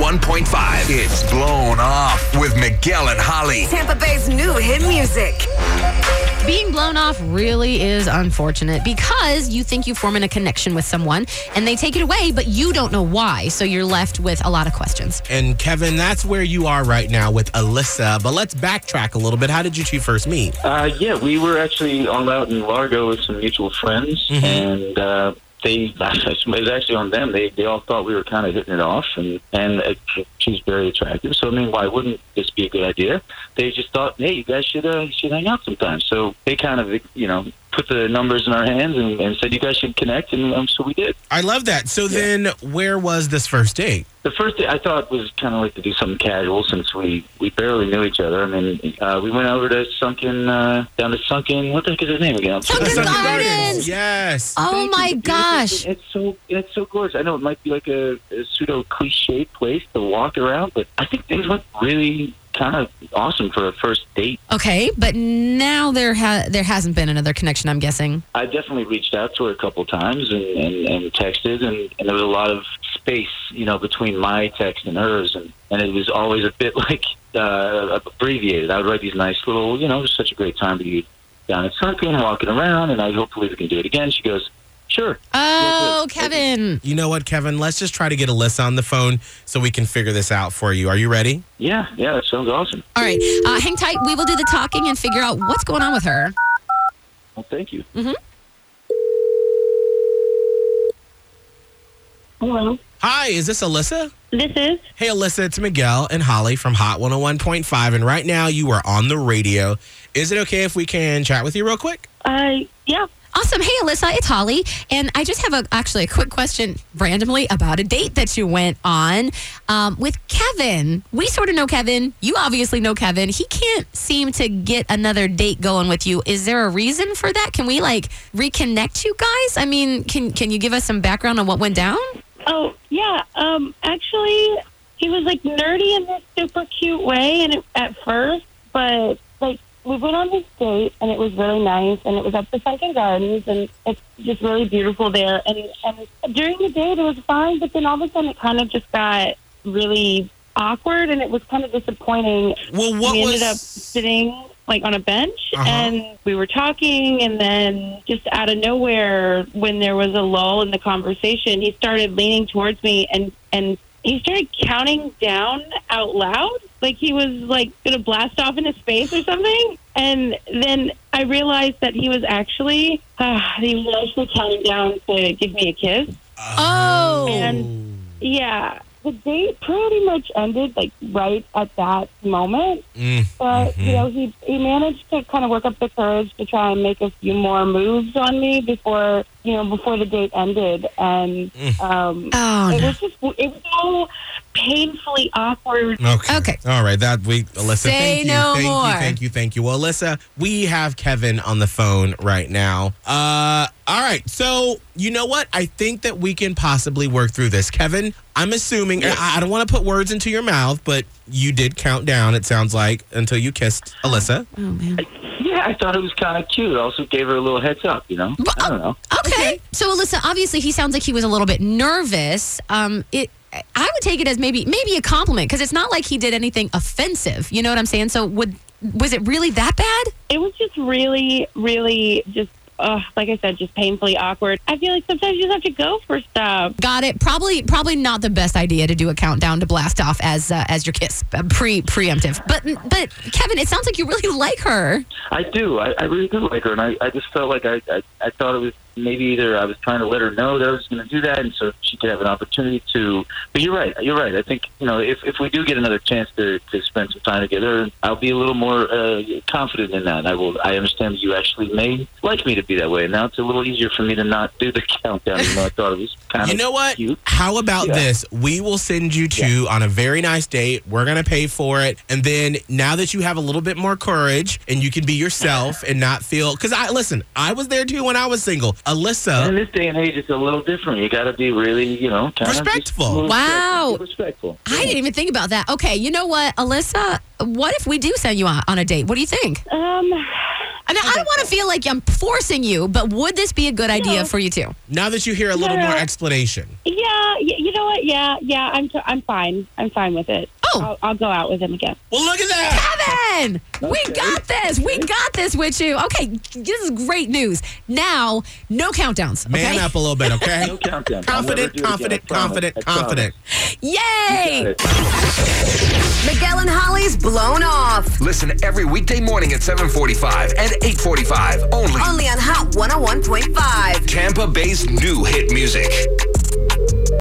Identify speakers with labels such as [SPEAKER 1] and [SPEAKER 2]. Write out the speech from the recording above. [SPEAKER 1] 101.5. It's blown off with Miguel and Holly.
[SPEAKER 2] Tampa Bay's new hit music.
[SPEAKER 3] Being blown off really is unfortunate because you think you're forming a connection with someone and they take it away, but you don't know why. So you're left with a lot of questions.
[SPEAKER 4] And Kevin, that's where you are right now with Alyssa. But let's backtrack a little bit. How did you two first meet?
[SPEAKER 5] Uh, yeah, we were actually all out in Largo with some mutual friends, and uh, they it was actually on them. They they all thought we were kind of hitting it off, and and uh, she's very attractive. So I mean, why wouldn't this be a good idea? They just thought, hey, you guys should uh, should hang out sometime. So they kind of you know put the numbers in our hands and, and said you guys should connect, and um, so we did.
[SPEAKER 4] I love that. So then, where was this first date?
[SPEAKER 5] The first thing I thought was kind of like to do something casual since we, we barely knew each other. I mean, uh, we went over to Sunken, uh, down to Sunken, what the heck is his name again? I'm sorry.
[SPEAKER 3] Sunken
[SPEAKER 4] Sunken
[SPEAKER 3] Gardens.
[SPEAKER 4] Yes.
[SPEAKER 6] Uh,
[SPEAKER 3] Oh
[SPEAKER 5] Thank you.
[SPEAKER 3] my
[SPEAKER 5] It's beautiful.
[SPEAKER 3] gosh.
[SPEAKER 5] It's so it's so gorgeous. I know it might be like a, a pseudo cliche place to walk around, but I think things look really kind of awesome for a first date.
[SPEAKER 3] Okay, but now there ha- there hasn't been another connection, I'm guessing.
[SPEAKER 5] I definitely reached out to her a couple times and, and, and texted, and, and there was a lot of space, you know, between my text and hers, and, and it was always a bit like uh, abbreviated. I would write these nice little, you know, it was such a great time to be down at Sunken, walking around, and I hopefully we can do it again. She goes, sure.
[SPEAKER 3] Oh,
[SPEAKER 5] Yeah, good.
[SPEAKER 3] Kevin.
[SPEAKER 4] You know what, Kevin? Let's just try to get Alyssa on the phone so we can figure this out for you. Are you ready?
[SPEAKER 5] Yeah, yeah, that sounds awesome.
[SPEAKER 3] All right, uh, hang tight. We will do the talking and figure out what's going on with her.
[SPEAKER 5] Well, thank you. Mm-hmm. Hello.
[SPEAKER 4] Hi, is this Alyssa?
[SPEAKER 6] This is
[SPEAKER 4] Hey, Alyssa, it's Miguel and Holly from Hot 101.5. And right now, you are on the radio. Is it okay if we can chat with you real quick?
[SPEAKER 6] uh yeah.
[SPEAKER 3] Awesome. Hey, Alyssa, it's Holly. And I just have a, actually a quick question randomly about a date that you went on um, with Kevin. We sort of know Kevin. You obviously know Kevin. He can't seem to get another date going with you. Is there a reason for that? Can we like reconnect you guys? I mean, can, can you give us some background on what went down?
[SPEAKER 6] Oh yeah. Um actually he was like nerdy in this super cute way and it, at first, but like we went on this date and it was really nice and it was up to Sunken Gardens and it's just really beautiful there and and during the date it was fine, but then all of a sudden it kind of just got really awkward and it was kind of disappointing
[SPEAKER 4] Well, what
[SPEAKER 6] we
[SPEAKER 4] was.
[SPEAKER 6] ended up sitting like on a bench
[SPEAKER 4] Uh-huh.
[SPEAKER 6] and we were talking and then just out of nowhere when there was a lull in the conversation he started leaning towards me and and he started counting down out loud like he was like going to blast off into space or something and then i realized that he was actually uh, he was actually counting down to give me a kiss
[SPEAKER 3] Oh.
[SPEAKER 6] And- yeah the date pretty much ended like right at that moment
[SPEAKER 4] Mm.
[SPEAKER 6] but
[SPEAKER 4] Mhm.
[SPEAKER 6] you know he he managed to kind of work up the courage to try and make a few more moves on me before you know before the date ended and
[SPEAKER 4] Mm.
[SPEAKER 6] um
[SPEAKER 3] Oh,
[SPEAKER 6] it
[SPEAKER 3] no.
[SPEAKER 6] was just it was so painfully awkward
[SPEAKER 4] Okay.
[SPEAKER 3] Okay.
[SPEAKER 4] All right. That we Alyssa.
[SPEAKER 3] Say
[SPEAKER 4] thank you.
[SPEAKER 3] no
[SPEAKER 4] thank
[SPEAKER 3] more.
[SPEAKER 4] you. Thank you. Thank you. Well, Alyssa, we have Kevin on the phone right now. Uh, all right. So you know what? I think that we can possibly work through this, Kevin. I'm assuming. and I, I don't want to put words into your mouth, but you did count down. It sounds like until you kissed Alyssa.
[SPEAKER 3] Oh, man.
[SPEAKER 5] Yeah, I thought it was kind of cute. I also gave her a little heads up, you know? I don't know.
[SPEAKER 3] Okay. So, Alyssa, obviously, he sounds like he was a little bit nervous. Um, it, I would take it as maybe maybe a compliment because it's not like he did anything offensive. You know what I'm saying? So, would was it really that bad?
[SPEAKER 6] it was just really really just uh, like I said, just painfully awkward. I feel like sometimes you just have to go for stuff.
[SPEAKER 3] Got it. Probably probably not the best idea to do a countdown to blast off as uh, as your kiss uh, pre preemptive. But but Kevin, it sounds like you really like her.
[SPEAKER 5] I do. I, I really do like her, and I, I just felt like I, I, I thought it was maybe either I was trying to let her know that I was going to do that, and so she could have an opportunity to. But you're right. You're right. I think you know if if we do get another chance to to spend some time together, I'll be a little more uh, confident in that. I will. I understand that you actually may like me to be that way, and now it's a little easier for me to not do the countdown. Even though I thought it was kind
[SPEAKER 4] You
[SPEAKER 5] of
[SPEAKER 4] know what?
[SPEAKER 5] cute.
[SPEAKER 4] How about
[SPEAKER 5] Yeah.
[SPEAKER 4] this? We will send you two on a very nice date. We're going to pay for it. And then now that you have a little bit more courage and you can be yourself and not feel. Because I, listen, I was there too when I was single.
[SPEAKER 5] In
[SPEAKER 4] Alyssa,
[SPEAKER 5] this day and age, it's a little different. You got to be really, you know, kind
[SPEAKER 4] Respectful.
[SPEAKER 5] Of just
[SPEAKER 3] Wow.
[SPEAKER 5] Respectful.
[SPEAKER 3] I didn't even think about that. Okay, you know what, Alyssa? What if we do send you on, on a date? What do you think?
[SPEAKER 6] Um,
[SPEAKER 3] I mean, I don't want to feel like I'm forcing you, but would this be a good idea
[SPEAKER 6] No.
[SPEAKER 3] for you too?
[SPEAKER 4] now that you hear a little
[SPEAKER 6] Yeah.
[SPEAKER 4] more explanation.
[SPEAKER 6] yeah, y- you know what? yeah, yeah. I'm t- I'm fine. I'm fine with it.
[SPEAKER 3] Oh.
[SPEAKER 6] I'll, I'll go out with him again.
[SPEAKER 4] Well, look at that.
[SPEAKER 3] Kevin, we got this. We got this with you. Okay, this is great news. Now, no countdowns. Okay?
[SPEAKER 4] Man up a little bit, okay?
[SPEAKER 5] No countdown. I'll never
[SPEAKER 4] confident,
[SPEAKER 5] do it again,
[SPEAKER 4] confident,
[SPEAKER 5] I promise. I
[SPEAKER 4] confident,
[SPEAKER 5] promise.
[SPEAKER 4] confident.
[SPEAKER 3] Yay!
[SPEAKER 5] Got it.
[SPEAKER 2] Miguel and Holly's Blown Off.
[SPEAKER 1] Listen every weekday morning at 745 and 845 only.
[SPEAKER 2] Only on Hot 101.5.
[SPEAKER 1] Tampa Bay's new hit music.